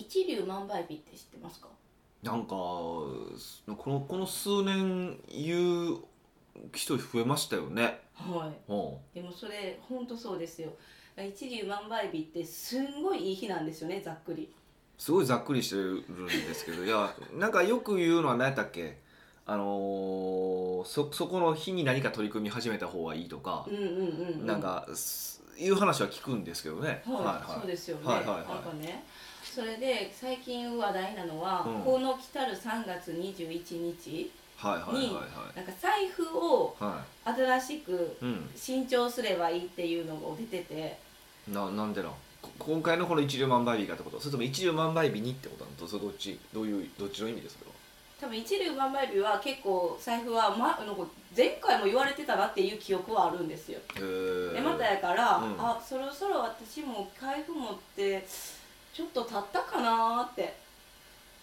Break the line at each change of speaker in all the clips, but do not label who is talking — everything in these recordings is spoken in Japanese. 旧万倍日って知ってますか
なんかこのこの数年言う人増えましたよね。
は
うん
いでもそれほんとそうですよ一粒万倍日ってすんごいいい日なんですよねざっくり
すごいざっくりしてるんですけどいやなんかよく言うのは何やったっけあのーそそこの日に何か取り組み始めた方がいいとか
うん、うんうん、うん、
なんかすいう話は聞くんですけどね。
はい、そうですよね、
はいはいはい
なんかねそれで最近話題なのは、
うん
この来たる3月21日
はいはいはいはい
なんか財布を
は
新しく
い。うん。
新調すればいいっていうのが出てて
ななんでなんこ今回のこの一粒万倍日がってことそれとも一粒万倍日にってことなのとそれどっちどういうどっちの意味ですか
多分一粒万倍日は結構財布は、ま、なんか前回も言われてたなっていう記憶はあるんですよ
へー
でまたやから、
うん
あそろそろ私も財布持ってちょっと経ったかなーって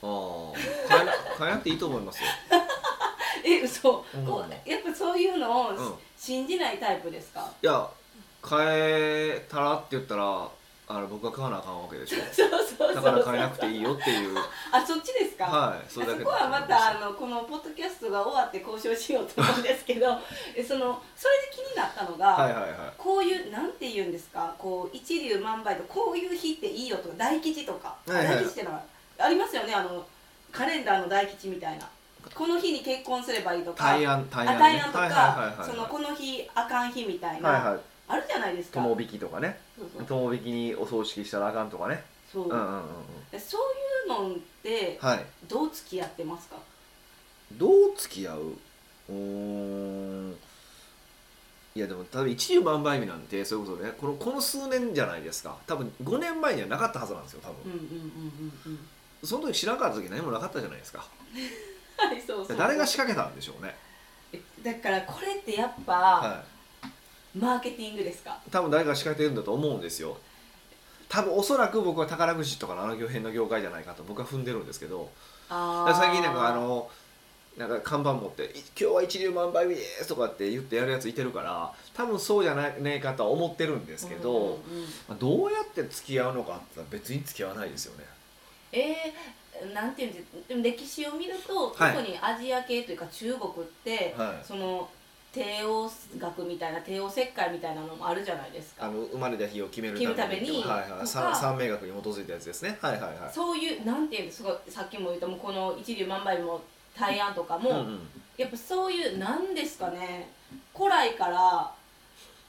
ああ変えな変えなくていいと思いますよ。
え嘘、
うん
こうやっぱそういうのを、
うん
信じないタイプですか
いや変えたらって言ったらあの僕が買わなあかんわけでしょ
そうそうそう
だから変えなくていいよっていう
あそっちですか、
はい
そ
それだけ
こはまたあのこのポッドキャストが終わって交渉しようと思うんですけどえそのそれで気になったのが、
はいはいは
こういうなんて言うんですかこう一粒万倍とこういう日っていいよとか大吉とか、
はいはい
大吉ってのはありますよねあのカレンダーの大吉みたいなこの日に結婚すればいいと
い
か
対案対
あ
案
対案と
はい
か
はいはい
その
は
この日あかん日みたい
い
な、
はいはい
あるじゃないですか
友引きとかね
そうそう
友引きにお葬式したらあかんとかね
そう
うんうんうんうん
でそういうのって
はい
どう付き合ってますか
どう付き合ううーんいやでも多分一粒万倍日なんてそういうことねこのこの数年じゃないですか多分5年前にはなかったはずなんですよ多
うんう
分、
んうんうん うん
その時知らなかった時何もなかったじゃないですか
はいそうそう
誰が仕掛けたんでしょうね
だからこれってやっぱ、
は
マーケティングですか
い、多分誰かが仕掛けてるんだと思うんですよ多分おそらく僕は宝くじとかのあの辺の業界じゃないかと僕は踏んでるんですけどだ
あ
から
ー
最近なんかあのなんか看板持ってい「今日は一粒万倍日です」とかって言ってやるやついてるから多分そうじゃないねえかとは思ってるんですけど、
うんうんうん
まあどうやって付き合うのかって言ったら別に付き合わないですよね
えー、なんていうんですでも歴史を見ると、
はい
特にアジア系というか中国って、
はい
その帝王学みたいな帝王切開みたいなのもあるじゃないです
あ
か
の生まれた日を決める
決めるために
はいは
とか
い、三三名学に基づいたやつですねはいはいはい
そういうなんていうんですかさっきも言ったもうこの一粒万倍も大安とかも、
うんうん
やっぱそういうなんですかね古来から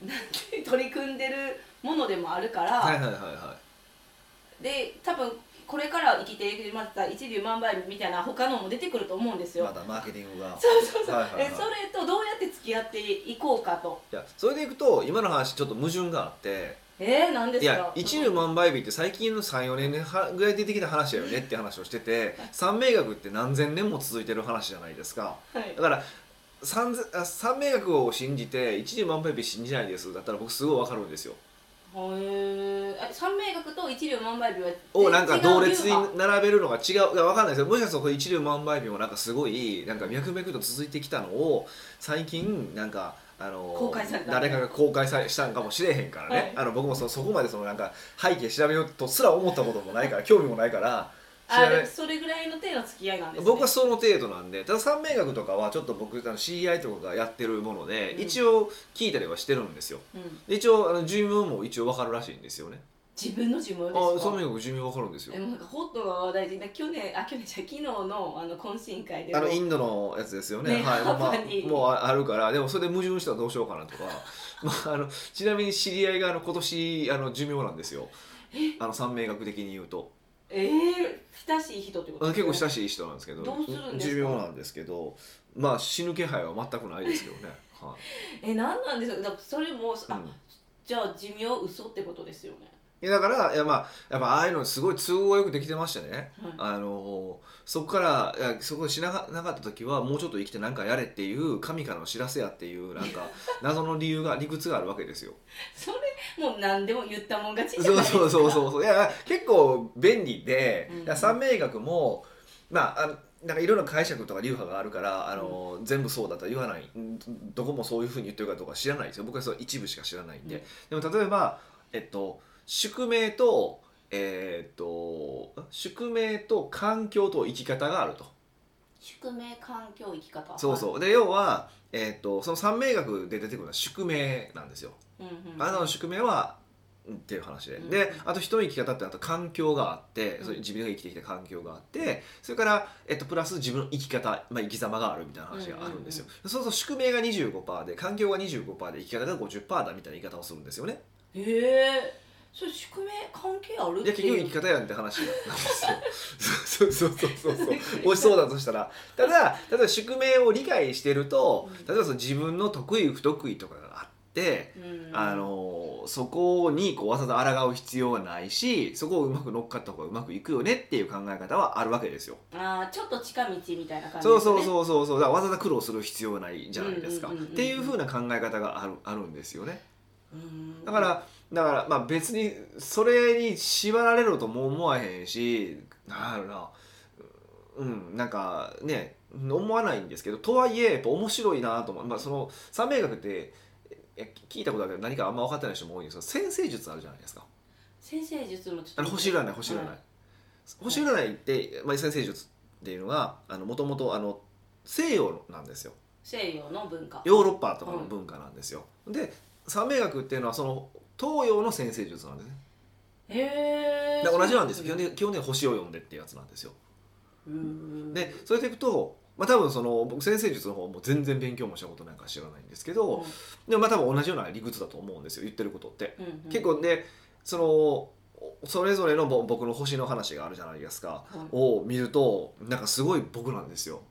なんて取り組んでるものでもあるから、
はいはいはいはい
で多分これから生きていくまた一粒万倍みたいな他のも出てくると思うんですよ、
まだマーケティングが
そうそうそう、
はいはいはい
えそれとどうやって付き合っていこうかと
いやそれでいくと今の話ちょっと矛盾があって
えー、何で
い
すか
や一粒万倍日って最近の34年はぐらい出てきた話だよねって話をしてて三名学って何千年も続いてる話じゃないですか
はい
だから三千あ三名学を信じて一粒万倍日信じないですだったら僕すごいわかるんですよ
へえ三名学と一粒万倍日は
をなんか同
違
列
う流
に並べるのが違ういやわかんないですよもしかしたらこれ一粒万倍日もなんかすごいなんか脈々と続いてきたのを最近なんかあの
公開された
誰かが公開さしたんかもしれへんからね、
はい
あの僕もそそこまでそのなんか背景調べようとすら思ったこともないから興味もないから
派あ
調べ
でもそれぐらいの程度の付き合いなんです、ね、
僕はその程度なんでただ三名学とかはちょっと僕あの CI とかがやってるもので、
うん
一応聞いたりはしてるんですよ
うん、
で一応あの寿命も一応わかるらしいんですよね
自分の自分
あ
ですか
三名学寿命わかるんですよ
でもなんかホットが話題で去年あ去年じゃ昨日のあの懇親会でも
あのインドのやつですよ
ね
ねはい、まあま
ハーバーに
あ、もうああるからでもそれで矛盾したらどうしようかなと か、まあ、あのちなみに知り合いがあの今年あの寿命なんですよあの三名学的に言うと
ええ親しい人ってこ
あ
と
の結構
しい
親しい人なんですけど
どうするんですか
寿命なんですけどまあ死ぬ気配は全くないで すけどね、はい
え何なんですかだからそれも、
う
あ
ん
じゃあ寿命嘘ってことですよね、
いやだからいや、まあ、やっぱああいうのすごい都合よくできてましたね
はい
あのそこからいやそこしなかなかった時はもうちょっと生きてなんかやれっていう神からの知らせやっていうな んか謎の理由が理屈があるわけですよ
それもう何でも言ったもん勝ちじゃ
そ
ないうですか
そうそうそうそういや結構便利で、
うん
だから三名学もまああのなんかいろいろ解釈とか流派があるからあの、全部そうだとは言わないんどこもそういうふうに言ってるかどうか知らないですよ僕はその一部しか知らないんで、でも例えば、えっと、宿命とえーっと宿命と環境と生き方があると
宿命環境生き方
そうそうで要は、えーっとその三名学で出てくるのは宿命なんですよ、
う、うんうん、
あなたの宿命はうんっていう話で、
うん
であと人の生き方ってあと環境があって
うん
それ自分が生きてきた環境があってそれから、えっと、プラス自分の生き方、まあ、生き様があるみたいな話があるんですよ、そうすると宿命が25%で環境が25%で生き方が50%だみたいな言い方をするんですよね
へえそれ宿命関係ある
で
って
結
い
局
う
生き方やんって話なんですよそうそうそうそうそう美味しそうだとしたらただ例えば宿命を理解してると
うん
例えばその自分の得意不得意とかがあって
うん
あのそこにこうわざわざ抗う必要はないしそこをうまく乗っかった方がうまくいくよねっていう考え方はあるわけですよ。
あーちょっと近道みたいな感じ
そうそう
う
そうそうそうだからわざわざ苦労する必要はないじゃないですか。
うんうんうんうん
っていう風な考え方があるあるんですよね。
うん
だからだからまあ別にそれに縛られろとも思わへんしなんやろなうんなんかね思わないんですけどとはいえやっぱ面白いなと思う、まあ、その三名学ってえ聞いたことあるけど何かあんま分かってない人も多いんですけど先生術あるじゃないですか。
先生術もちょっと
あの星占い星占い、
は
星占いって、まあ、先生術っていうのはもともと西洋なんですよ
西洋の文化
ヨーロッパとかの文化なんですよ、で三名学っていうのはその東洋の先生術なんですね
へえ
で同じなんですよ基本的に基本的に星を読んでっていうやつなんですよ
うん
でそれでいくとまあ多分その僕先生術の方も全然勉強もしたことないから知らないんですけど、でもまあ多分同じような理屈だと思うんですよ言ってることって
うんうん
結構でそのおそれぞれのぼ僕の星の話があるじゃないですか
うん
を見るとなんかすごい僕なんですよ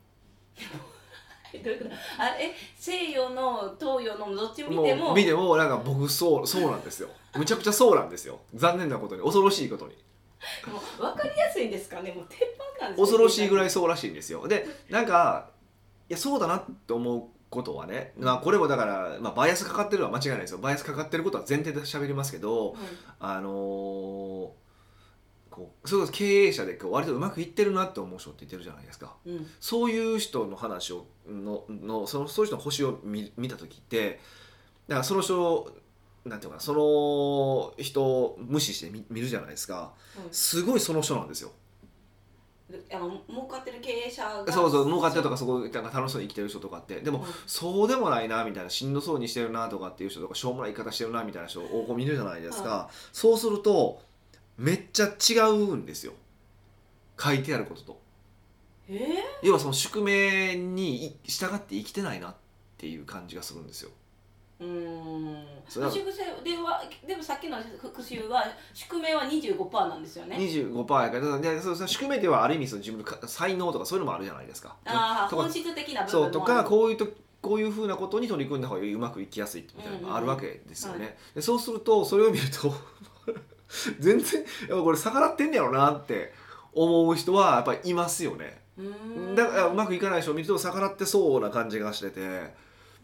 どういうことあえ西洋の東洋のどっち見
も
ても
う見てもなんか僕そうそうなんですよむちゃくちゃそうなんですよ残念なことに恐ろしいことに
もう分かりやすいんですかねもう鉄板なんですね
恐ろしいぐら
い
いそうらしいんですよでなんかいやそうだなって思うことはね、まあ、これもだから、まあ、バイアスかかってるのは間違いないですよバイアスかかってることは前提で喋りますけどあのーこうそれこそ経営者でこう割とうまくいってるなって思う人っていてるじゃないですか
うん、うん
そういう人の話をののそのそういう人の星を見見た時ってだからその人なんていうのかなその人を無視して見見るじゃないですかすごいその人なんですよ
あの儲かってる経営者が
そうそう儲かってるとかそこなんか楽しそうに生きてる人とかってでも、
うん
そうでもないなみたいなしんどそうにしてるなとかっていう人とかしょうもない言い方してるなみたいな人をこう見るじゃないですか、そうするとめっちゃ違うんですよ書いてあることと。
えー
要はその宿命に従って生きてないなっていう感じがするんですよ。
うーん
それは
宿命ではでもさっきの復習は宿命は25%なんですよね
25%やからでそうそう宿命ではある意味その自分のか才能とかそういうのもあるじゃないですか。
ああ
とか
本質的な部分もあ
そう
る
とかこういうとこういうふうなことに取り組んだ方がうまくいきやすいみたいなのがあるわけですよね。
うんうん
でそうするとそれを見ると 全然やっぱこれ逆らってんねやろなって思う人はやっぱりいますよね。
うーん
だからうまくいかない人を見ると逆らってそうな感じがしてて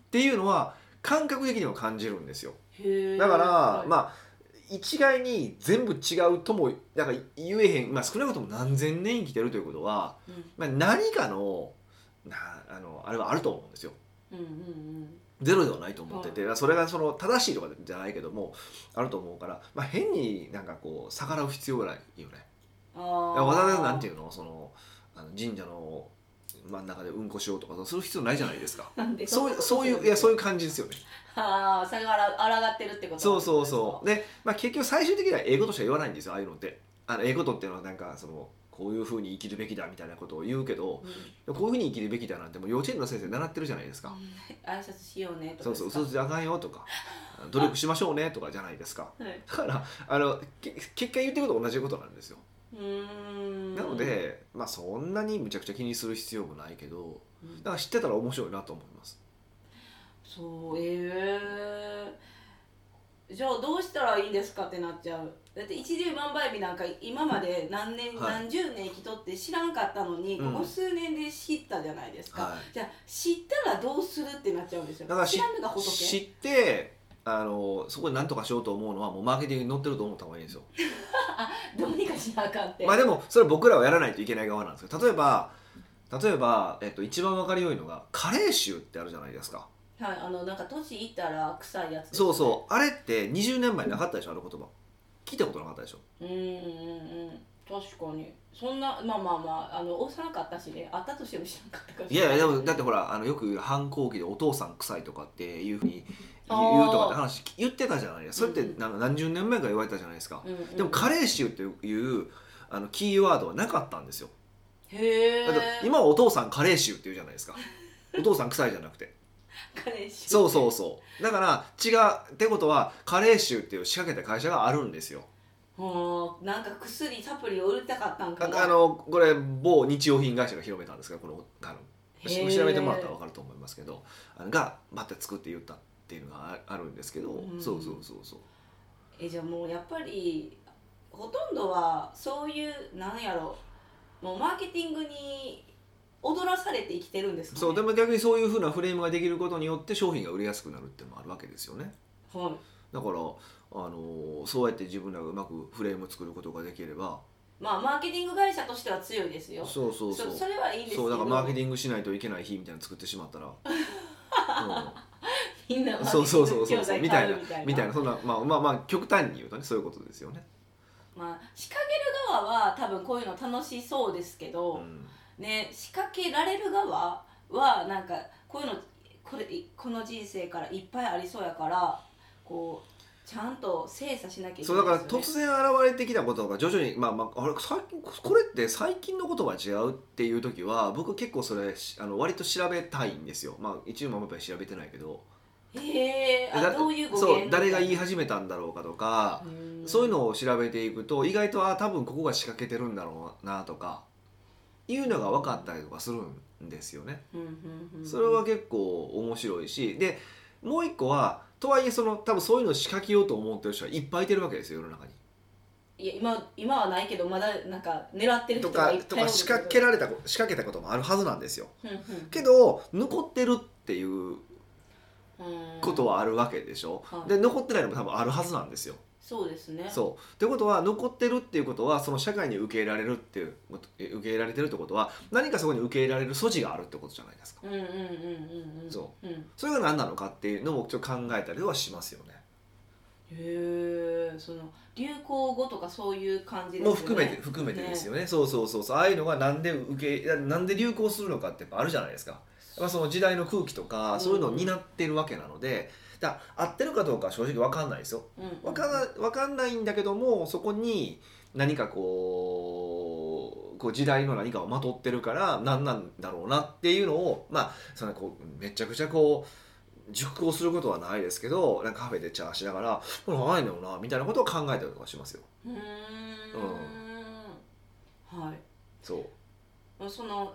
っていうのは感覚的にも感じるんですよ。
へー
だから、
はい
まあ一概に全部違うともなんか言えへん、まあ、少なくとも何千年生きてるということは、
うん
まあ、何かのなあのあれはあると思うんですよ。
うんうん
ゼロではないと思ってて、それがその正しいとかじゃないけどもあると思うから、まあ、変になんかこう逆らう必要がないよね。
うんああ
わざわざなんて
う
いうのそのあの神社の真ん中でうんこしようとかする必要ないじゃないですか。
なんで
そうそういういやそういう感じですよね。
ああ下がらあらがってるってこと
そうそうそうで、まあ、結局最終的には英語としか言わないんですよああいうのってあの英語とっていうのはなんかそのこういうふうに生きるべきだみたいなことを言うけど
うん、
こういうふうに生きるべきだなんてもう幼稚園の先生習ってるじゃないですか、
挨拶しようねと
そ
か
うそう
ですか
嘘じゃあかんよとか努力しましょうねとかじゃないですか
はい、
だからあのけ結果言ってること同じことなんですよ
うーん
なので、まあ、そんなにむちゃくちゃ気にする必要もないけど
うん
だから知ってたら面白いなと思います
そうええじゃあどうしたらいいんですかってなっちゃうだって一粒万倍日なんか今まで何年、
はい
何十年生きとって知らんかったのに、
うん
ここ数年で知ったじゃないですか、
はい
じゃあ知ったらどうするってなっちゃうんですよ
だから
知
し
らぬが仏
知ってあのそこに何とかしようと思うのはもうマーケティングに乗ってると思った方がいいんですよ
どうにかしなあかんって、
まあでもそれは僕らはやらないといけない側なんですけど例えば例えば、えっと、一番わかりよいのが加齢臭ってあるじゃないですか
はいあのなんか年いったら臭いやつですね、
そうそうあれって20年前なかったでしょあの言葉聞いたことなかったでしょ
うんうんうん確かにそんなまあまあまああの幼かったしねあったとしても知らんかったから
いやいやでもだってほらあのよく反抗期でお父さん臭いとかっていうふうに
あー
言うとかって話言ってたじゃないですかそれっ
うん
てなんか何十年前から言われたじゃないですか、
うんうん
でも加齢臭っていうあのキーワードはなかったんですよ
へえ
だって今はお父さん加齢臭って言うじゃないですかお父さん臭いじゃなくて
彼氏
そうそうそうだから違うってことは加齢臭っていう仕掛けた会社があるんですよ
はあなんか薬サプリを売りたかったんか
あ
な
あのこれ某日用品会社が広めたんですがこのあの
へー
調べてもらったら分かると思いますけどあのがまた作って言ったっていうのがああるんですけど、
うん
そうそうそうそう
えじゃあもうやっぱりほとんどはそういうなんやろもうマーケティングに踊らされて生きてるんですか、ね、
そうでも逆にそういうふうなフレームができることによって商品が売れやすくなるっていうのもあるわけですよね
はい
だからあのそうやって自分らがうまくフレームを作ることができれば
まあマーケティング会社としては強いですよ
そうそうそう
それはいいんですけど
そうだからマーケティングしないといけない日みたいなの作ってし まったら、う
みんなマーケ ティ
ん、
ン
そ
グ
うそうそうそう
教材
みた
買
いな
うみたいな
みたいなそんなまあまあまあ極端に言うとねそういうことですよね。
まあ仕掛ける側は多分こういうの楽しそうですけど、
うん
ね仕掛けられる側はなんかこういうのこれこの人生からいっぱいありそうやからこうちゃんと精査しなきゃいけない
そうだから
ですよね
突然現れてきたことが徐々に、まあまあ、あれ最近これって最近のことは違うっていう時は僕結構それしあの割と調べたいんですよまあ一応もやっぱり調べてないけど
へえ
だ
あどういう語源
そう誰が言い
は
始めたんだろうかとか、そういう
の
のを調べていくと意外とあ多分ここが仕掛けてるんだろうなとかいうのが分かったりとかするんですよね。それは結構面白いしでもう一個はとはいえその多分そういうのを仕掛けようと思ってる人はいっぱいいてるわけですよ世の中に。
いや今今はないけどまだなんか狙ってる人
とか
がいっぱい
と
おる
か仕掛けられたこ仕掛けたこともあるはずなんですよ
うんうん
けど残ってるっていう
うん
ことはあるわけでしょ、
はい
で残ってないのも多分あるはずなんですよ、
そうですね
そうってことは残ってるっていうことはその社会に受け入れられるっていうことえ受け入れられてるってことは何かそこに受け入れられる素地があるってことじゃないですか
うんうんうんうんうん
そ
うん、
それが何なのかっていうのもちょっと考えたりはしますよね
へえその流行語とかそういう感じです
も
よ
う
ね
含めて含めてですよねそうそうそうそうああいうのがなんで受けなんで流行するのかってやっぱあるじゃないですかやっぱその時代の空気とかそういうのを担ってるわけなので、だ合ってるかどうかは正直分かんないですよ
うん
分かんわかんないんだけどもそこに何かこうこう時代の何かをまとってるから何なんだろうなっていうのをまあそのこうめちゃくちゃこう熟考することはないですけどなんかカフェでチャーしながらこれないのよなみたいなことを考えたりとかしますよ。
うーんはい
そう
まあその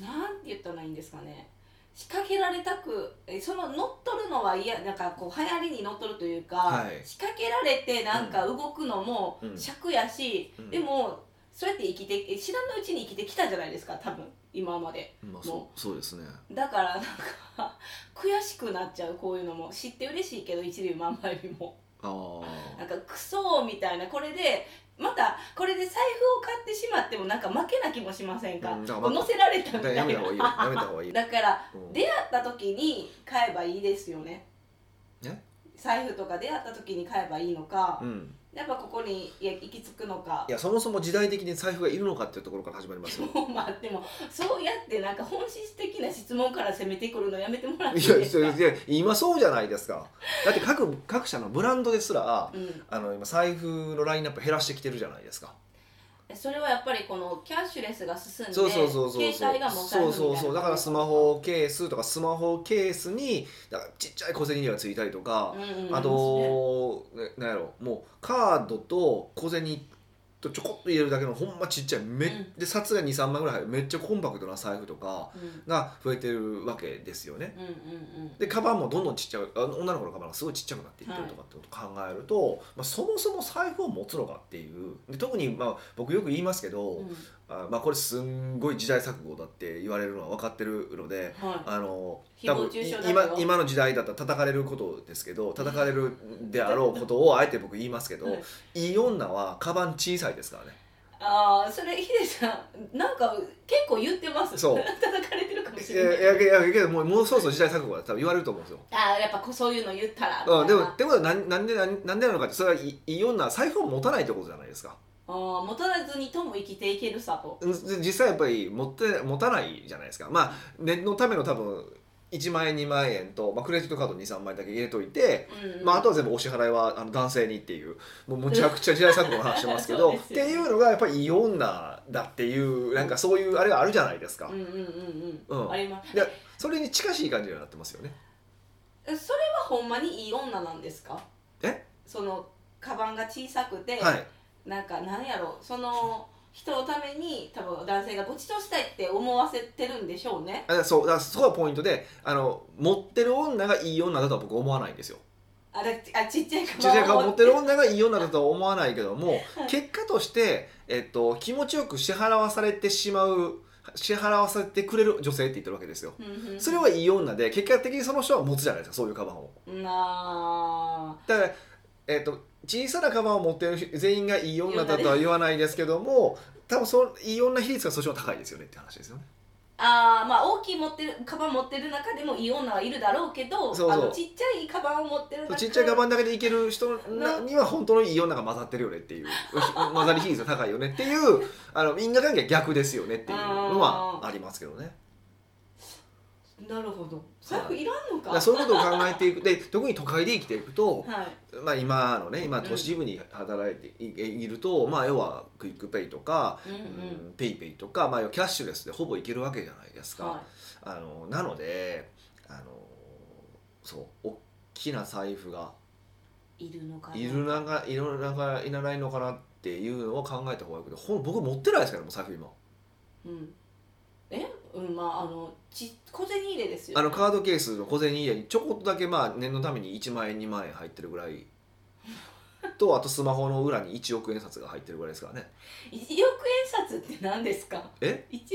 なんて言ったらいいんですかね仕掛けられたくえその乗っ取るのは嫌なんかこう流行りに乗っ取るというか、
はい
仕掛けられてなんか動くのも
うん
尺やし、
うん
でもそうやって生きてえ知らぬうちに生きてきたじゃないですか多分今まで
まあ、
も
そうそうですね
だからなんか悔しくなっちゃうこういうのも知って嬉しいけど一流万倍日も
あ
なん
あ
かクソみたいなこれでまたこれで財布を買ってしまってもなんか負けな気もしませんか,、
うんだからまた
乗せられたみ
だから
たい
やめた
な
方がいいよやめた方がいい、
だから
うん
出会った時に買えばいいですよね
ね
財布とか出会った時に買えばいいのか、
うん、
やっぱここにいや行き着くのか
いやそもそも時代的に財布がいるのかっていうところから始まり ますよ
もうまあでもそうやってなんか本質的な質問から攻めてくるのやめてもらってい
い
い
や
です
い
か
やいや今そうじゃないですかだって各各社のブランドですら
うん
あの今財布のラインナップ減らしてきてるじゃないですか
それはやっぱりこのキャッシュレスが進んで
そうそうそうそう
携帯がもう財布
そう
みたいな
そうそうだからスマホケースとかスマホケースにだからちっちゃい小銭がついたりとか、
うんうん
あ
うん
と、ねなんやろもうカードと小銭とちょこっと入れるだけのほんまちっちゃいめ、
うん
で札が23枚ぐらい入るめっちゃコンパクトな財布とか
うん
が増えてるわけですよね。
うんうんうん
でカバンもどんどんちっちゃいあの女の子のカバンがすごいちっちゃくなっていってるとかってことを考えると、まあ、そもそも財布を持つのかっていうで特に、まあ、僕よく言いますけど、
うん
あまあ、これすんごい時代錯誤だって言われるのは分かってるので。
は
あの
誹
多
謗
分
中傷
い
だけ
今
ど
今の時代だったら叩かれることですけど叩かれるであろうことをあえて僕言いますけ
い、
ど、い、い女はカバン小さいですからね
ああそれヒデさんなんか結構言ってます
そう
叩かれてるかもしもし
い
れない
やいやいやけどもうもうそろそろ時代錯誤だ多分言われると思うんですよ
あーやっぱこうそういうの言ったら
うん、でも
みたいな
ってことはなんなんでなんなんでなのかってそれはいいい女は財布を持たないってことじゃないですか
あー持たらずにとも生きていけるさと
うんで実際やっぱり持って持たないじゃないですかまあ念のための多分1万円2万円と、まあ、クレジットカード23万円だけ入れといて、
うんうん
まあ、あとは全部お支払いはあの男性にっていうもうむちゃくちゃ時代錯誤の話してますけ
そう
ど
で
っ
す
て
よね
いうのがやっぱりいい女だっていうなんかそういうあれがあるじゃないですか、
うんうんうんうん、
うん
あります
でそれに近しい感じになってますよね
えそれはほんまにいい女なんですか
え
そのカバンが小さくて、
はい
なんかなんやろその人のために多分男性がごちそうしたいって思わせてるんでしょうね
あそうだからそこがポイントであの持ってる女がいい女だとは僕は思わないんですよ
あだあちっちゃいカバン
ちっちゃい顔持ってる
は
女がいい女だとは思わないけども、
はい
結果として、えっと、気持ちよく支払わされてしまう支払わされてくれる女性って言ってるわけですよそれはいい女で結果的にその人は持つじゃないですかそういうカバンを
な
だから、えっと、小さなカバンを持ってる人全員がいい女だとは言わないですけども多分そのいい女比率がそっちの方が高いですよねって話ですよね
ああーまあ大きい持ってるカバン持ってる中でもいい女はいるだろうけど
そうそう
あのちっちゃいカバンを持ってる中
ちっちゃいカバンだけでいける人なには本当のいい女が混ざってるよねっていう混ざり比率が高いよねっていうあの因果関係は逆ですよねっていうのはありますけどね
なるほど財布いらんの
だ
か
からそういうことを考えていくで特に都会で生きていくと、
はい
まあ、今のね今都市部に働いていいると、まあ、要はクイックペイとか、
うんうん
ペイペイとか、まあ、要はキャッシュレスでほぼいけるわけじゃないですか。
は
あのなのであのそう大きな財布が
いいるのかない
るながいるながいらないのかなっていうのを考えた方がいいけどほん僕持ってないですからもう財布今
うんえうんまああのち小銭入れですよ
あのカードケースの小銭入れにちょこっとだけまあ念のために1万円2万円入ってるぐ らいとあとスマホの裏に1億円札が入ってるぐらいですからね
1億円札って何ですか
え
1億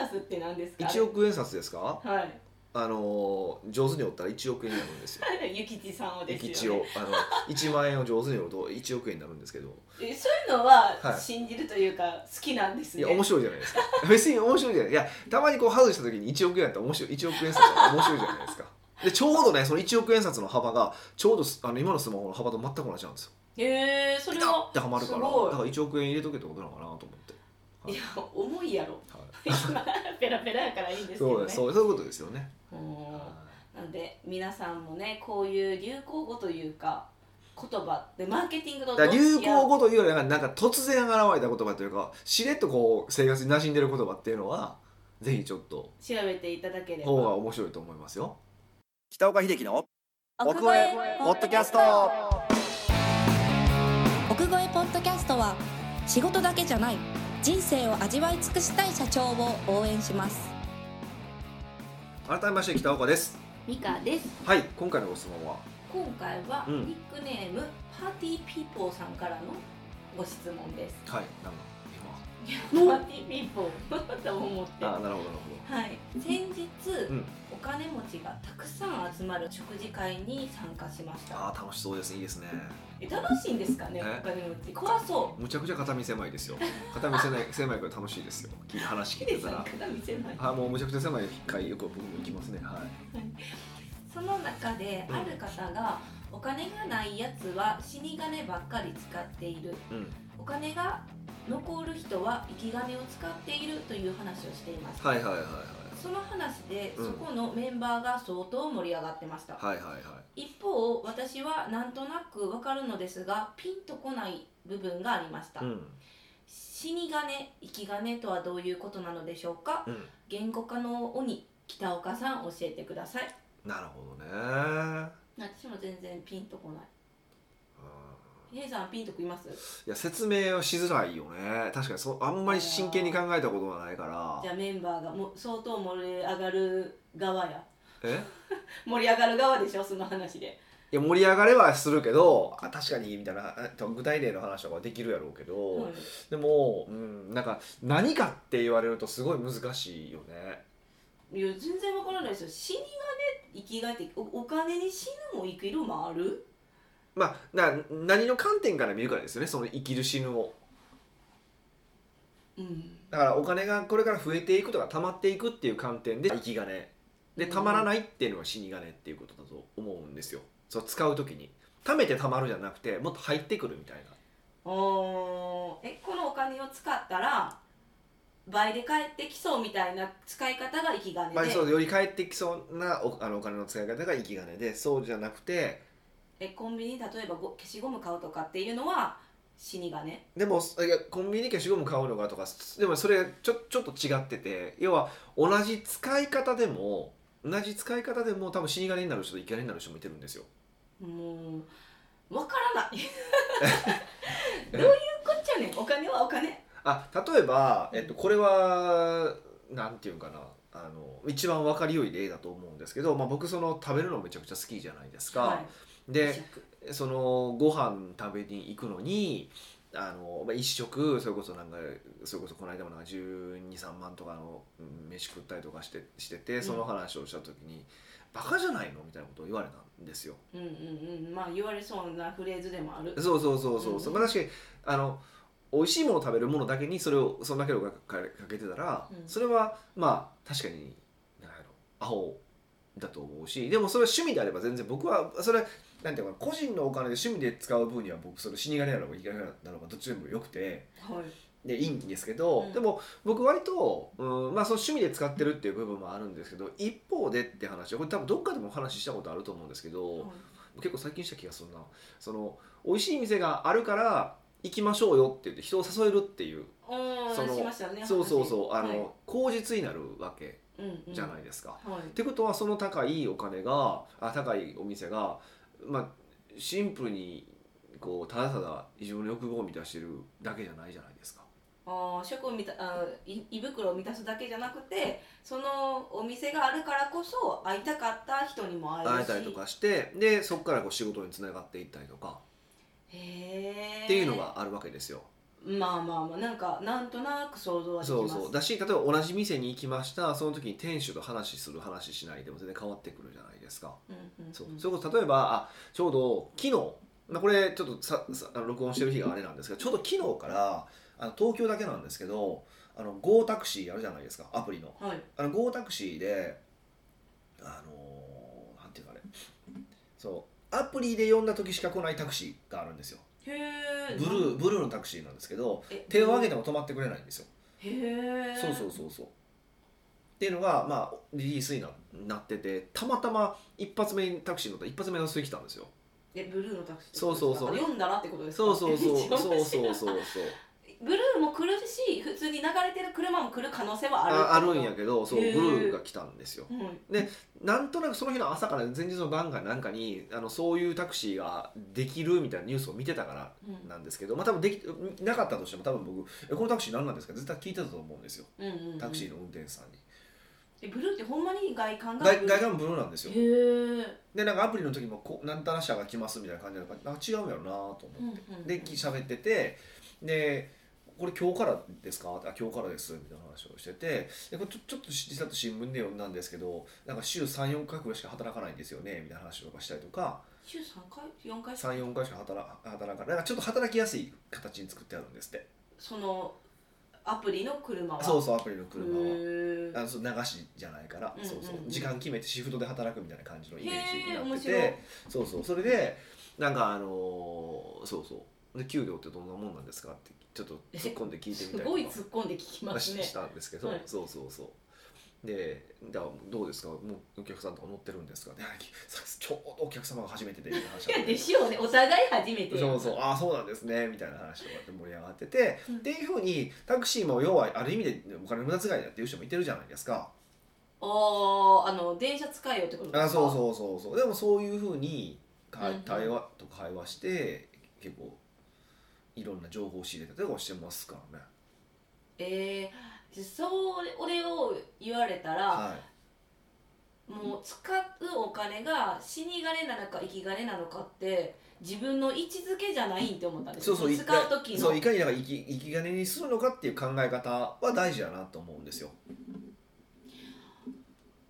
円札って何ですか
1億円札ですか
はい
あのー上手に折ったら1億円になるんですよ
ゆきちさんをです
駅
よ、ね、
地をあの1万円を上手に折ると1億円になるんですけど
えそういうの
は
はい信じるというか、好きなんです
い
ね
や面白いじゃないですか 別に面白いじゃないいやたまにこう外した時に1億円やったら面白い1億円札やったら面白いじゃないですかでちょうどねその1億円札の幅がちょうどすあの今のスマホの幅と全く同じなんですよ
へえそれ
ピタッ
は
てはまるからだ
すごい
から1億円入れとけってことなのかなと思って、
いや重いやろ
はい
今 ペラペラやからいいんですけ
そう
ど
で
ね
すそうそういうことですよね、
うん
は
なんで皆さんもねこういう流行語というか言葉でマーケティング
い
の
だから流行語というよりはなんか突然現れた言葉というかしれっとこう生活に馴染んでる言葉っていうのはぜひちょっと
調べていただければ
方が面白いと思いますよ北岡秀樹の
奥越えポッドキャスト
奥越えポッドキャストは仕事だけじゃない人生を味わい尽くしたい社長を応援します
改めまして北岡です
ミカです
はい今回のご質問は
今回は
うん
ニックネーム、パーティーピーポーさんからのご質問です
はいなんだ
パーティーピーポー と思って
今あ
は
ーなるほどなる
い先日、
ん
お金持ちがたくさん集まる食事会に参加しまし
ほどあ
た
ー楽しそうですいいですね
え楽しいんですかね
え
お金持ち怖そう
むちゃくちゃ片身狭いですよ片身狭い狭いから楽しいですよ聞いて話聞
ヒ
いて
デ
た
さん
ら
から見せない
あーもうむちゃくちゃ狭い回よく僕も行きますねはい
その中である方がお金がないやつは死に金ばっかり使っている
うん
お金が残る人は生き金を使っているという話をしていました
はいはいはいはい
その話で、
うん
そこのメンバーが相当盛り上がってました、
はいはいはい
一方私はなんとなくわかるのですがピンとこない部分がありました、
うん
死に金生き金とはどういうことなのでしょうか
うん
言語化の鬼北岡さん教えてください
なるほどねうん
私も全然ピンとこないヒデさんピンとこいます
いや説明はしづらいよね確かにそうあんまり真剣に考えたことがないか
じ
ら
ゃあメンバーがも相当盛り上がる側や
え
盛り上がる側でしょその話で
いや盛り上がれはするけどあ確かにみたいなあと具体例の話とかはできるやろうけど、
うん
でも、うん、なんか何かって言われるとすごい難しいよね
いや全然わからないですよ死に金生きがいっておお金に死ぬも生きるもある
まあな何の観点から見るかですよねその生きる死ぬを
うん
だからお金がこれから増えていくとか貯まっていくっていう観点で生き金で
うん
貯まらないっていうのが死に金っていうことだと思うんですよそう使う時に貯めて貯まるじゃなくてもっと入ってくるみたいな
おーえこのお金を使ったら倍で返ってきそうみたいな使い方が生き金で、
まあ、そうより返ってきそうなおあのお金の使い方が生き金でそうじゃなくて
えコンビニに例えばご消しゴム買うとかっていうのは死に金
でもいやコンビニ消しゴム買うのかとかでもそれちょちょっと違ってて要は同じ使い方でも同じ使い方でも多分死に金になる人と生き金になる人もいてるんですよ。
もうわからない どういうこっちゃねんお金はお金
あ例えば、えっと、これはなんていうんかなあの一番分かりよい例だと思うんですけど、まあ、僕その食べるのめちゃくちゃ好きじゃないですか。
はい
で
一食
そのご飯食べに行くのにあの、まあ、一食それこそなんかそれこそこの間もなんか1 2 3万とかのうん飯食ったりとかしてしててその話をした時に「バカじゃないの?」みたいなことを言われたんですよ。
うんうんうんまあ言われそうなフレーズでもある
そうそうそうそう、
うん
まあ確かにあの美味しいものを食べるものだけにそれをそんだけをかかかけてたら、
うん
それはまあ確かになんやろアホだと思うしでもそれは趣味であれば全然僕はそれなんていうのかな個人のお金で趣味で使う分には僕それ死に金なのか生き金なのかどっちでもよくて
はい
でいいんですけど、
うん
でも僕割と、うんまあ、その趣味で使ってるっていう部分もあるんですけど一方でって話はこれ多分どっかでもお話ししたことあると思うんですけど。
はい
結構最近した気がするなその美味しい店があるから行きましょうよって言って人を誘えるっていう、
うん
その
しましたよね
そうそうそうあ
話
の、
はい
口実になるわけ
うんうん
じゃないですか。
はい
ってことはその高いお金があ高いお店が、まあ、シンプルにこうただただ異常の欲望を満たしてるだけじゃないじゃないですか。
あー食を満たあーい胃袋を満たすだけじゃなくてそのお店があるからこそ会いたかった人にも会える
会
し
えたりとかしてでそこからこう仕事につながっていったりとか
へー
っていうのがあるわけですよ。
まあまあまあなんかなんとなく想像はでき
そ
ま
う
す
そうだし例えば同じ店に行きましたその時に店主と話しする話しないでも全然変わってくるじゃないですか、
うんうんうん
そうそれこそ例えばあちょうど昨日、まあ、これちょっとささあの録音してる日があれなんですけどちょうど昨日からあの東京だけなんですけどあの GO タクシーあるじゃないですかアプリの
はい
あの GO タクシーであのーなんていうかねそうアプリで呼んだ時しか来ないタクシーがあるんですよ
へえ
ブルーブルーのタクシーなんですけど
え
手を挙げても止まってくれないんですよ
へえ
そうそうそうそう。っていうのが、まあ、リリースにななっててたまたま一発目にタクシーに乗ったら一発目の人来たんですよ
えブルーのタクシー
そうそうそう
読んだらってことですか
そうそ うそう
一応
そうそうそう そう
ブルーも来るし普通に流れてる車も来る可能性はある
ああるんやけどそうブ
へ
ル
ー
ーが来たんですよ
うん
なんとなくその日の朝から前日の晩かなんかにあのそういうタクシーができるみたいなニュースを見てたから
うん
なんですけどまあ多分できなかったとしても多分僕え「このタクシー何なんですか?」絶対聞いてたと思うんですよ
うんうんうん
タクシーの運転手さんに
えブルーってほんまに外観が
外外観もブルーなんですよ
へえ
でなんかアプリの時もこうなんたら社が来ますみたいな感じだったからなんか違うんやろなと思って、
うんうんうん
でき喋っててでこれ今日からですかあ今日からですみたいな話をしててでこれちょちょっと実は新聞で読んだんですけどなんか週34回ぐらいしか働かないんですよねみたいな話とかしたりとか
週三回四回
34回しか働働かないなんかちょっと働きやすい形に作ってあるんですって
そのアプリの車は
そうそうアプリの車は。
車
あのそう流しじゃないから、
うんうんうん
そうそう時間決めてシフトで働くみたいな感じのイメージになって
へー面
てそうそうそれでなんかあのーそうそうで給料ってどんなもんなんですかってちょっと突っ込んで聞いて
す
みたりとか
ごい突っ込んで聞きますね
し したんですけど、
はい
そうそうそうでだからどうですかもうお客さんとか乗ってるんですかで あさちょうどお客様が初めてでみたいな話
い
があ
や
って
でしょうねお互い初めて
そうそうああそうなんですねみたいな話とかで盛り上がってて、
うん
っていうふうにタクシーも要はある意味でお金の無駄遣いだっていう人もいてるじゃないですか。
あーあの電車使えよってことですか
あそうそうそうそうでもそういうふうにか
うんうん
対話と会話して結構いろんな情報を仕入れたりとかしてますからね
えーでそう俺を言われたら、
はい
もう使うお金が死に金なのか生き金なのかって自分の位置づけじゃないんって思ったんです
そう
よ
そうい
使う時の
そういかになんか生き生き金にするのかっていう考え方は大事だなと思うんですよ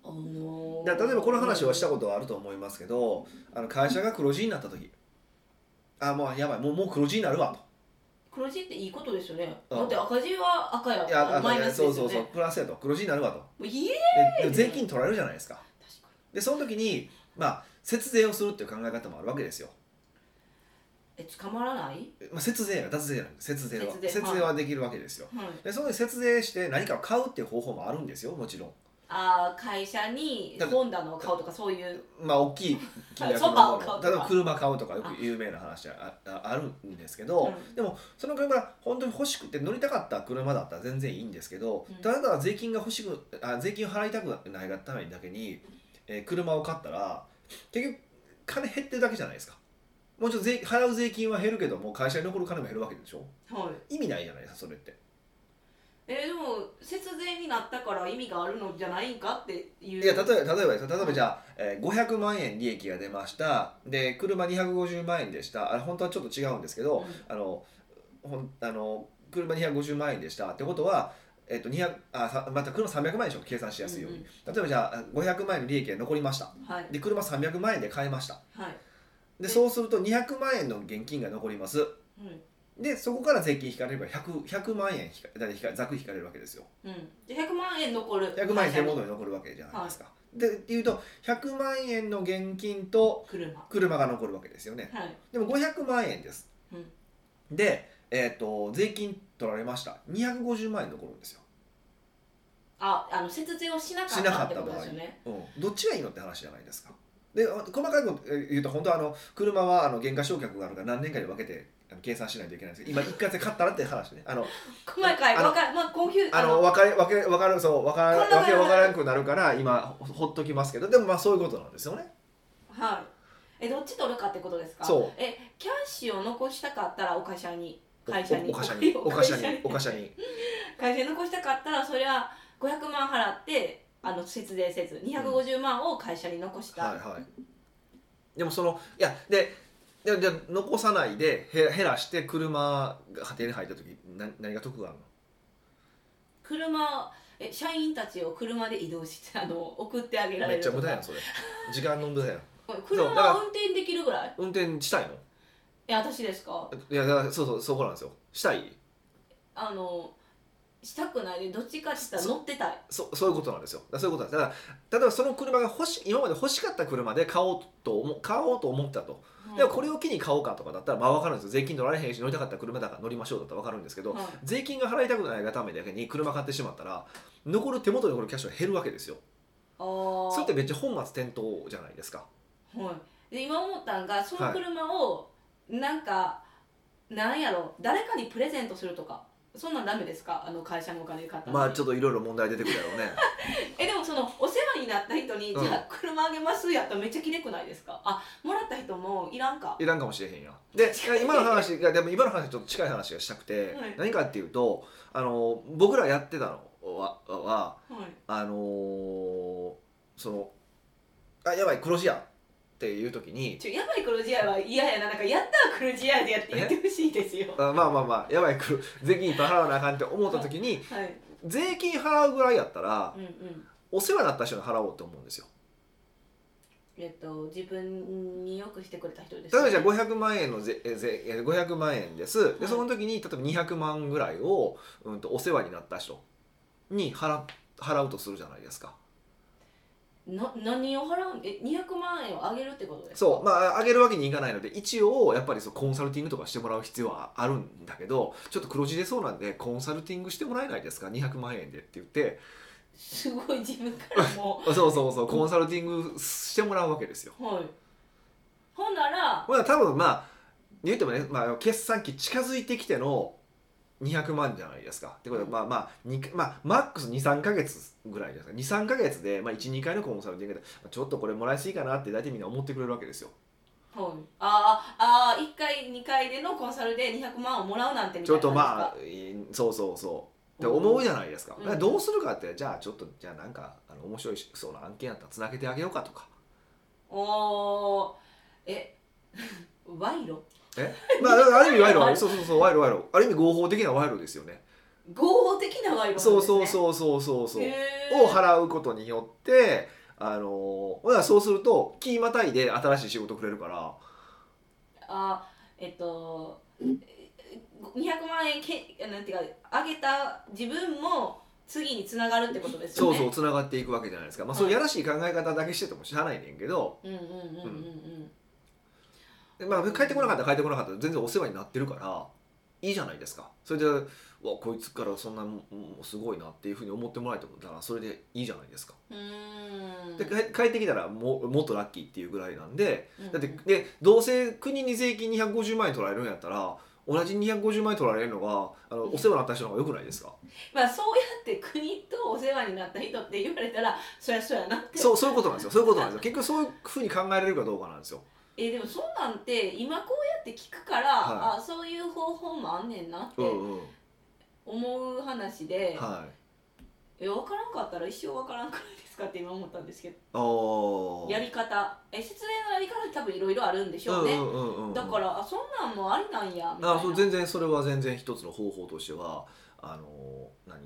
おー
だから例えばこの話はしたことはあると思いますけどあの会社が黒字になった時あもうやばいもうもう黒字になるわと
黒字っていいことですよね
うん
だって赤字は赤や
いやあ
マイナ
の
スですよね
そうそうそうプラスやと黒字になるわと
もういえ
ででも税金取られるじゃないですか
確かに
でその時にまあ節税をするっていう考え方もあるわけですよ、
え捕まらない
まあ、節税や脱税じゃなくて節税は
節
節
税
税
は
はできるわけですよ
はい
でその節税して何かを買うっていう方法もあるんですよもちろん
あー会社に
だって
ホンダの顔とかそういう
まあ大きい金額
ソ
の
フ
も
ァーを買うとか
の例えば車買うとかよく有名な話あああるんですけど、
うん
でもその車が本当に欲しくて乗りたかった車だったら全然いいんですけど、
うん
ただただ税金が欲しくあ税金を払いたくないがためにだけに、えー車を買ったら結局金減ってるだけじゃないですかもちろん税払う税金は減るけども会社に残る金も減るわけでしょ
はい
意味ないじゃないですかそれって
えーでも節税になったから意味があるのじゃないんかっていう
いや例えば例えばですよ例えばじゃあ、えー500万円利益が出ましたで車250万円でしたあれ本当はちょっと違うんですけど、
うん
あのほんあの車250万円でしたってことは、えっと200あさまた車300万円でしょ計算しやすいように、
うん
例えばじゃあ500万円の利益が残りました
はい
で車300万円で買いました
はい
でそうすると200万円の現金が残ります
うん
でそこから税金引かれれば 100, 100万円引かだいたいざく引かれるわけですよ
うんで100万円残る
100万円手
会社
元
に
に残るわけじゃないですか。でっていうと100万円の現金と
車は
車が残るわけですよね。
い
でも500万円です。
うん
で、えー、と税金取られました250万円残るんですよ、
ああの節税をしなか
しな
った
か
っ
ってた
こ
場
と
合
ですよね
うん、どっちがいいのって話じゃないですか。で細かく言うと本当はあの車はあの減価償却があるから何年かに分けてあの計算しないといけないんですけど今一括で買ったらって話ね あの
細かい
あの
わかまあ高級
あの分かれ分け分かるそう分か
こんな
分け分からなくなるから今ほほっときますけどでもまあそういうことなんですよね。
はい。え、どっち取るかってことですか。
そう
え、キャッシュを残したかったら、お会社に。会社に。
おおお社 にお
会
会
社
社
に
にお会社に
会社に残したかったら、それは五百万払って。あの節税せず、二百五十万を会社に残した。
はいはいでもそのいやででじゃあ残さないでへ減らして車が家庭に入った時な何が得があるの
車。え、社員たちを車で移動して、あの、送ってあげられ
め
る
っちゃ
とか。
無駄やんそれ時間の無駄やんそうだか
車
ら
を運転できるぐらい。
運転したいの
え、私ですか。
いやだからそうそうそこなんですよしたい
あの。したくないで、どっちかって言ったら乗ってたい。
そそういうことなんですよだからそういうことなんですだから例えばその車が欲し今まで欲しかった車で買おうと思買おうと思ったとでもこれを機に買おうかとかだったらまあ分かるんですよ税金取られへんし乗りたかった車だから乗りましょうだったら分かるんですけど、
はい
税金が払いたくないがためだけに車買ってしまったら残る手元に残るキャッシュが減るわけですよ
あー
それってめっちゃ本末転倒じゃないですか
はい、で今思ったんがその車をなんか、なんやろ誰かにプレゼントするとかそんなんダメですかあの会社のお金で買ったのに
まあちょっといろいろ問題出てくるだろうね
えでもそのお世話になった人に、
うん
じゃあ車あげますやったらめっちゃきれくないですかあもらった人もいらんか
いらんかもしれへんやで今の話がでも今の話にちょっと近い話がしたくて、
はい
何かっていうとあの僕らやってたのはは
はい
あのーそのあやばい黒字やっていう時に
ちょやばい黒字合いは嫌やななんかやったら黒字合いでやって言ってほしいです よ
あまあまあまあやばい黒税金いっぱい払わなあかんって思った時に
はい
税金払うぐらいやったら
うんうん
お世話になった人に払おうと思うんですよ
えっと自分によくしてくれた人です
例えばじゃあ
はい
500万円のぜえぜえ500万円です
はい
でその時に例えば200万ぐらいを、うん、とお世話になった人に払払うとするじゃないですか
な何を払うんえ200万円をあげるってことですか
そうまああげるわけにいかないので一応やっぱりそうコンサルティングとかしてもらう必要はあるんだけどちょっと黒字出そうなんでコンサルティングしてもらえないですか200万円でって言って
すごい自分からも
そうそうそうコンサルティングしてもらうわけですよ
うはいほんなら
まあ多分まあ言ってもね、まあ、決算期近づいてきての200万じゃないですか。ってことは、まあまあにまあマックス23か月ぐらいじゃないですか23か月で、まあ、12回のコンサルティングでまあちょっとこれもらいすぎかなって大体みんな思ってくれるわけですよ。
はいああああ1回2回でのコンサルで200万をもらうなんてみ
ち
たい
ょ
な
っとま
あ
あいいそうそうそうって思うじゃないですか。
うん
だからどうするかってじゃあちょっとじゃあなんかあの面白いしそうな案件やったらつなげてあげようかと か。
おーえ 賄賂
えまあだからある意味賄賂そうそうそう賄賂賄賂ある意味合法的な賄賂ですよね。
合法的な賄賂なんです、ね、
そうそうそうそうそうそう。
へー
を払うことによって、あのほらそうするとキーまたいで新しい仕事くれるから
あえっとえ200万円けなんていうか上げた自分も次につながるってことです
そ
よ
う
ね
そうつながっていくわけじゃないですか、まあ、
はい
そういうやらしい考え方だけしてても知らないねんけど、
うんうんうんうんうん
でまあ、帰ってこなかったら帰ってこなかったら全然お世話になってるからいいじゃないですかそれでうわこいつからそんなもうすごいなっていうふうに思ってもらえたらそれでいいじゃないですか
うーん
で帰帰ってきたらももっとラッキーっていうぐらいなんでだって
うんうん
でどうせ国に税金250万円取られるんやったら同じ250万円取られるのが あのお世話になった人の方がよくないですか
まあそうやって国とお世話になった人って言われたらそりゃそうやなって
そうそういうことなんですよそういうことなんですよ結局そういうふうに考えられるかどうかなんですよ
えーでもそんなんて今こうやって聞くから、
は
あそういう方法もあんねんなって
うんうん
思う話で、
はい
え分からんかったら一生分からんくらいですかって今思ったんですけど
あー
やり方え説明のやり方って多分いろいろあるんでしょうね、
うんうんうんうん、
だからあそんなんもありなんやみたいな
あそう全然それは全然一つの方法としてはあの何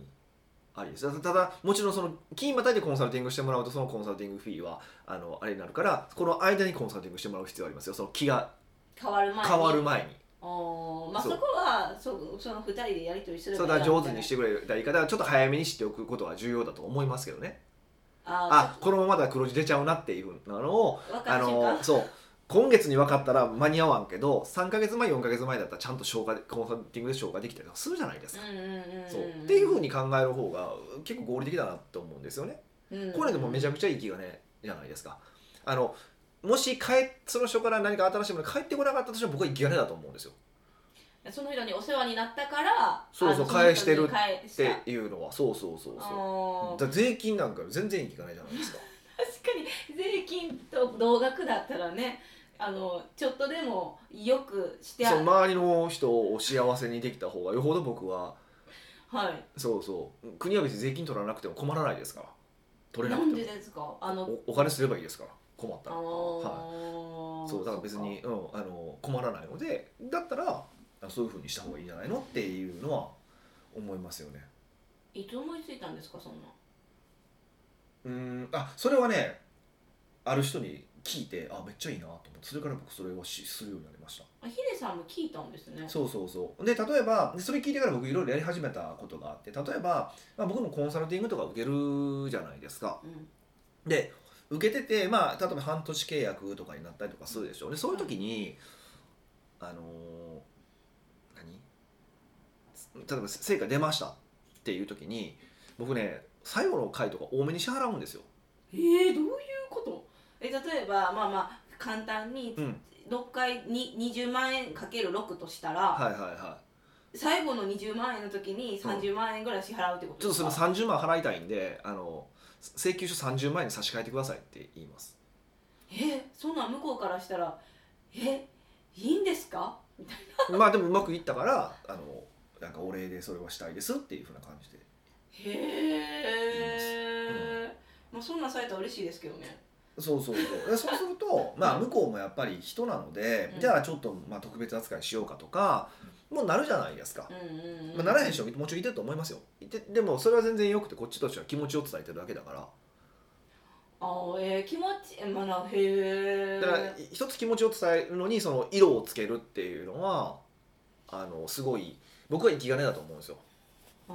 ありですたただもちろんその金またいでコンサルティングしてもらうとそのコンサルティングフィーはあのあれになるからこの間にコンサルティングしてもらう必要ありますよその気が
変わる前に
変わる前に
おーまあ
そ
そうこはそその二人でやり取りすれば
そ
い
れ
いや
は
みたいな
上手にしてくれた言い方はちょっと早めに知っておくことは重要だと思いますけどね
あ
あこのままだ黒字出ちゃうなっていうのを
分か
あ
る瞬
の
間
そう今月に分かったら間に合わんけど3か月前4か月前だったらちゃんと消化でコンサルティングで消化できたりとかするじゃないですか、
うんうんうんん
そうっていうふうに考える方が結構合理的だなと思うんですよね。
うん
これでもめちゃくちゃいい気がねじゃないですか。あのもし帰その人から何か新しいものが返ってこなかったとしても僕は生きがねだと思うんですよ。
その人にお世話になったから
そうそう
あのの
返してる
人に返した
っていうのはそうそうそうそう。
あー
だから税金なんかより全然いい気がないじゃないですか。
確かに税金と同額だったらねあのちょっとでもよくしてあ
そう周りの人を幸せにできた方がよほど僕は
はい
そうそう国は別に税金取らなくても困らないですから取れ
な
なく
ん
て
で
も
ですかあの
おお金すればいいですから困った
あ
ら。はい
のー
そうだから別に、うん、あの困らないのでだったらあそういうふうにした方がいいんじゃないのっていうのは思いますよね。
いつ思いついたんですかそんな
うんあそれはねある人に聞いてあめっちゃいいなと思ってそれから僕それをしするようになりました。
あヒデさんも聞いたんですね
そうそうそうで例えばでそれ聞いてから僕いろいろやり始めたことがあって例えば、まあ、僕もコンサルティングとか受けるじゃないですか。
うん
で受けてて、まあ、例えば半年契約とかになったりとかするでしょうでそういう時に、あの何例えば成果出ましたっていう時に僕ね最後の回とか多めに支払うんですよ。
えー、どういうことえ例えばまあまあ簡単に
うん、
6回に20万円かける6としたら、
はいはいはい
最後の20万円の時に30万円ぐらい支払うってこ
ちょ
と
っ
で
と
す
そ
か
の30万払いたいんであの請求書30万円に差し替えてくださいって言います。
えそんなん向こうからしたらえいいんですか
まあでもうまくいったからあのなんかお礼でそれはしたいですっていうふうな感じで
へえ、まあそんなんされたら嬉しいですけどね
そうそうそう でそうするとまあ向こうもやっぱり人なので、
うん
じゃあちょっとまあ特別扱いしようかとかもうなるじゃないですか
う、んうん、うん
まあ、ならへん人ももちろんいてると思いますよいてでもそれは全然よくてこっちとしては気持ちを伝えてるだけだから
あーえー、気持ちえまあなへえ
だからい一つ気持ちを伝えるのにその色をつけるっていうのはあのすごい僕は生きがねだと思うんですよ
おー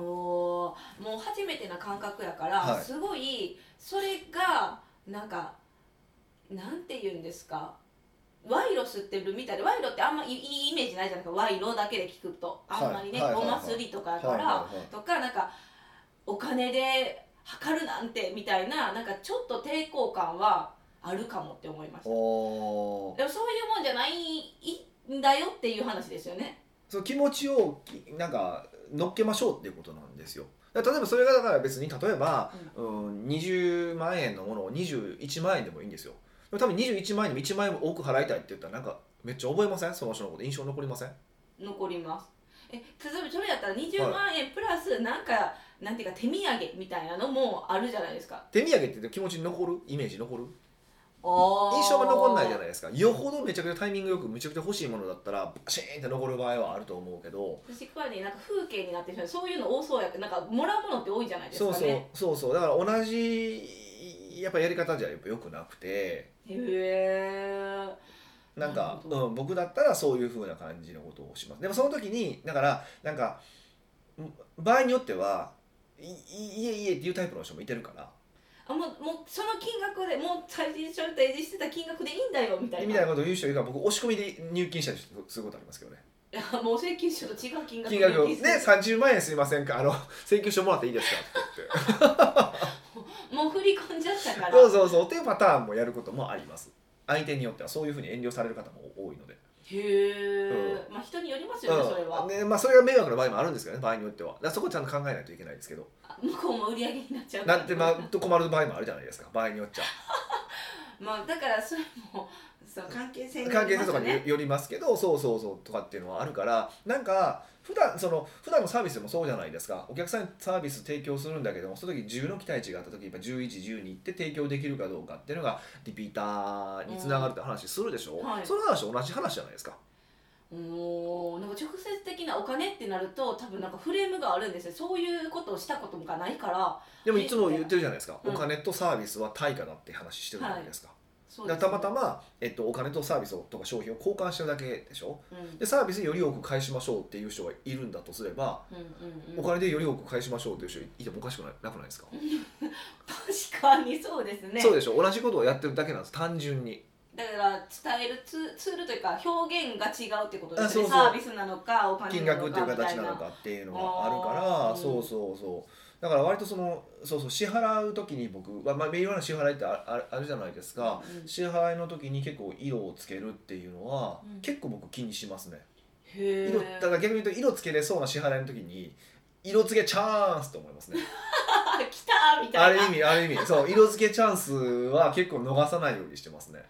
もう初めてな感覚やから、
はい
すごいそれがなんかなんて言うんですか賄賂吸ってるみたいで賄賂ってあんまいいいイメージないじゃないですか賄賂だけで聞くとあんまりね、
はいは
お
いはいはい
祭りとか
だ
やから、とかなんかお金で測るなんてみたいななんかちょっと抵抗感はあるかもって思いました
おー
でもそういうもんじゃないんだよっていう話ですよね
その気持ちをきなんか乗っけましょうっていうことなんですよだから例えばそれがだから別に例えば、うん、20万円のものを21万円でもいいんですよでも多分21万円でも1万円も多く払いたいって言ったらなんかめっちゃ覚えませんその人のこと印象残りません
残りますえ例えばそれやったら20万円プラスなんか、なんていうか手土産みたいなのもあるじゃないですか
手土産って気持ちに残るイメージ残る印
印
象が残んないじゃないいですかよほどめちゃくちゃタイミングよくめちゃくちゃ欲しいものだったらバシーンって残る場合はあると思うけど
確かになんか風景になってしまうそういうの多そうやけどなんかもらうものって多いじゃないですか
そう
ね
そうそうそうだから同じやっぱやり方じゃやっぱ良くなくて
へえ
なんか、
なるほ
うん、僕だったらそういうふうな感じのことをしますでもその時にだからなんかん場合によってはいいいえいえっていうタイプの人もいてるから
あもうもうその金額でもう最初に提示してた金額でいいんだよみたい
み
な
たいなことを言う人いるから僕押し込みで入金したりすることありますけどね
いやもう請求書と違う金額
金額をね
にして
30万円すいませんかあの 請求書もらっていいですかって言って
もう振り込んじゃったから
そうそうそうっていうパターンもやることもあります相手によってはそういうふうに遠慮される方も多いので
へえ、まあ人によりますよね、それは、
ねまあ、それが迷惑な場合もあるんですけどね場合によってはだからそこをちゃんと考えないといけないですけど
あ向こうも売り上げになっちゃうか
な
ら
んて、まあ、と困る場合もあるじゃないですか場合によっちゃ
まあだからそれもそう関係性によ
関
り
係
ま
性と
すよ
かによ
ね
よりますけどそうそうそうとかっていうのはあるからなんか普段その普段のサービスでもそうじゃないですかお客さんにサービス提供するんだけどもその時10の期待値があった時やっぱ1112って提供できるかどうかっていうのがリピーターにつながるって話するでしょ、
うんはい
その話と同じ話じゃないですか
おーなんか直接的なお金ってなると多分なんかフレームがあるんですよそういうことをしたことがないから
でもいつも言ってるじゃないですか、
うん
お金とサービスは対価だって話してるじゃないですか、
そう
だ
で
か
す
らたまたま、えっと、お金とサービスをとか商品を交換してるだけでしょ
うん
でサービスでより多く返しましょうっていう人がいるんだとすれば、
うんうんう
お
ん、
金でより多く返しましょうっていう人いてもおかしくないなくないですか、
確かにそうですね
そうでしょ同じことをやってるだけなんです単純に
だから伝えるツーツールというか表現が違うってことですね
あそうそう
サービスなのかお金
金
なのか
額っていう形なのかっていうのがあるから
あー
そうそうそうだから割とそのそうそう支払う時に僕は、まあ、いろんな支払いってあああるじゃないですか、
うん
支払いの時に結構色をつけるっていうのは、
うん
結構僕気にしますね
みたいな
色
へえ
だから逆に言うと色つけれそうな支払いの時に色付けチャンスと思いますね
あ 来たみ
あ
たい
る
な
意味ある意味そう色付けチャンスは結構逃さないようにしてますね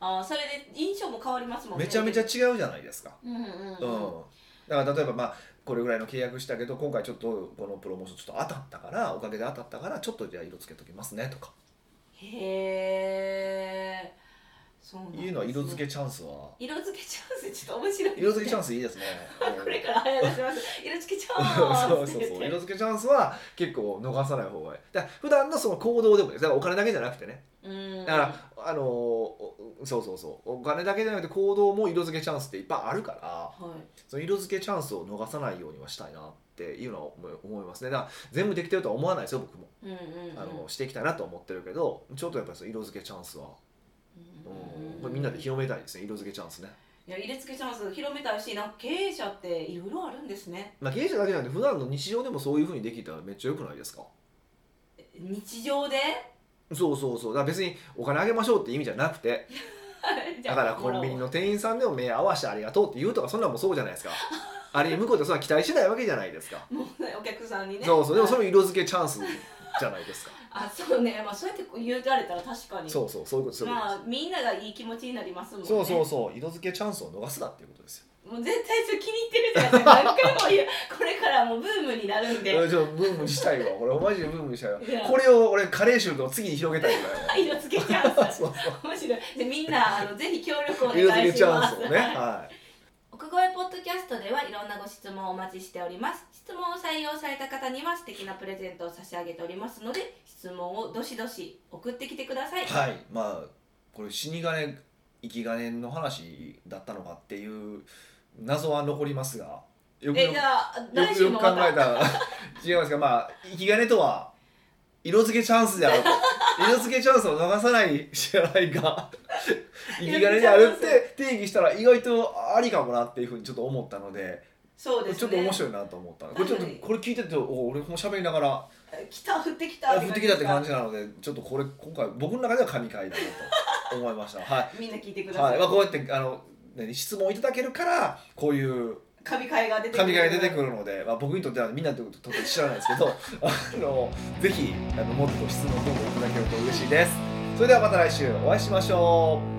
あーそれで印象も変わりますもんね
めちゃめちゃ違うじゃないですか
うんうんうん、
うんだから例えばまあこれぐらいの契約したけど今回ちょっとこのプロモーションちょっと当たったからおかげで当たったからちょっとじゃあ色付けときますねとか
へえそうなんですね
いうのは色付けチャンスは
色付けチャンスちょっと面白いですね
色付けチャンスいいですね
これから流行らせます色付けチャ
そ
ン
う
ス
そ
っ
う
て
そ
言
う
って
色付けチャンスは結構逃さない方がいいだから普段のその行動でもいいですだからお金だけじゃなくてね
うん
だからあのーおそうそうそうお金だけじゃなくて行動も色付けチャンスっていっぱいあるから
はい
その色付けチャンスを逃さないようにはしたいなっていうのは思い思いますねだから全部できてるとは思わないですよ僕も
うんうんうん
あのしていきたいなと思ってるけどちょっとやっぱりその色付けチャンスは、
うん
うん、これみんなで広めたいですね色付けチャンスね、
いや入れ付けチャンス広めたいしなんか経営者っていろいろあるんですね
まあ、経営者だけじゃなくて普段の日常でもそういうふうにできたらめっちゃよくないですか
日常で
そうそうそうだから別にお金あげましょうって意味じゃなくてだからコンビニの店員さんでも目合わせてありがとうって言うとかそんなんもそうじゃな いですかあれ向こうってそんな期待しないわけじゃないですか、
もうねお客さんにね
そうそうでもそれも色付けチャンスじゃないですか
あそう ねまあそうやって言われたら確かに
そうそうそういうことそういうこと
ま
で
あみんながいい気持ちになりますもんね
すそうそうそう色付けチャンスを逃すなっていうことですよ
もう絶対それ気に入ってるじゃないですか何回も言うこれからもうブームになるんで
うんちょっとブームにしたいわ俺マジでブームにしたいわ
いや
これを俺カレー臭の次に広げたいぐらいわ
色付けチャンス
そう
面白いでみんなあのぜひ協力お願い
色付けチ
し
ャン
ます
スをね、は
奥越ポッドキャストではいろんなご質問をお待ちしております質問を採用された方には素敵なプレゼントを差し上げておりますので質問をどしどし送ってきてください
い、はい、まあこれ死に金生き金の話だったのかっていう謎は残りますがよくよ
え
く
じゃあ
よ
来
く
週
よく
も
考
ま
え
た
たら 違いますがまあ生き金とは色付けチャンスであると色付けチャンスを逃さない支払いが生き金であるって定義したら意外とありかもなっていうふうにちょっと思ったので
そうですね
ちょっと面白いなと思ったこれちょっと
はい
これ聞いててお俺も喋りながら
来た降ってきた
あ降ってきたって感
じ
じなのでちょっとこれ今回僕の中では神回だなと思いましたは
みんな聞いて
い、
くださ、
はいいまあ、こうやってあのね質問いただけるからこういう
神回が出て
神が出てく
る
るので、まあ、僕にとってはみんなにとっては知らないですけどあのぜひあのもっと質問どんどんいただけると嬉しいですそれではまた来週お会いしましょう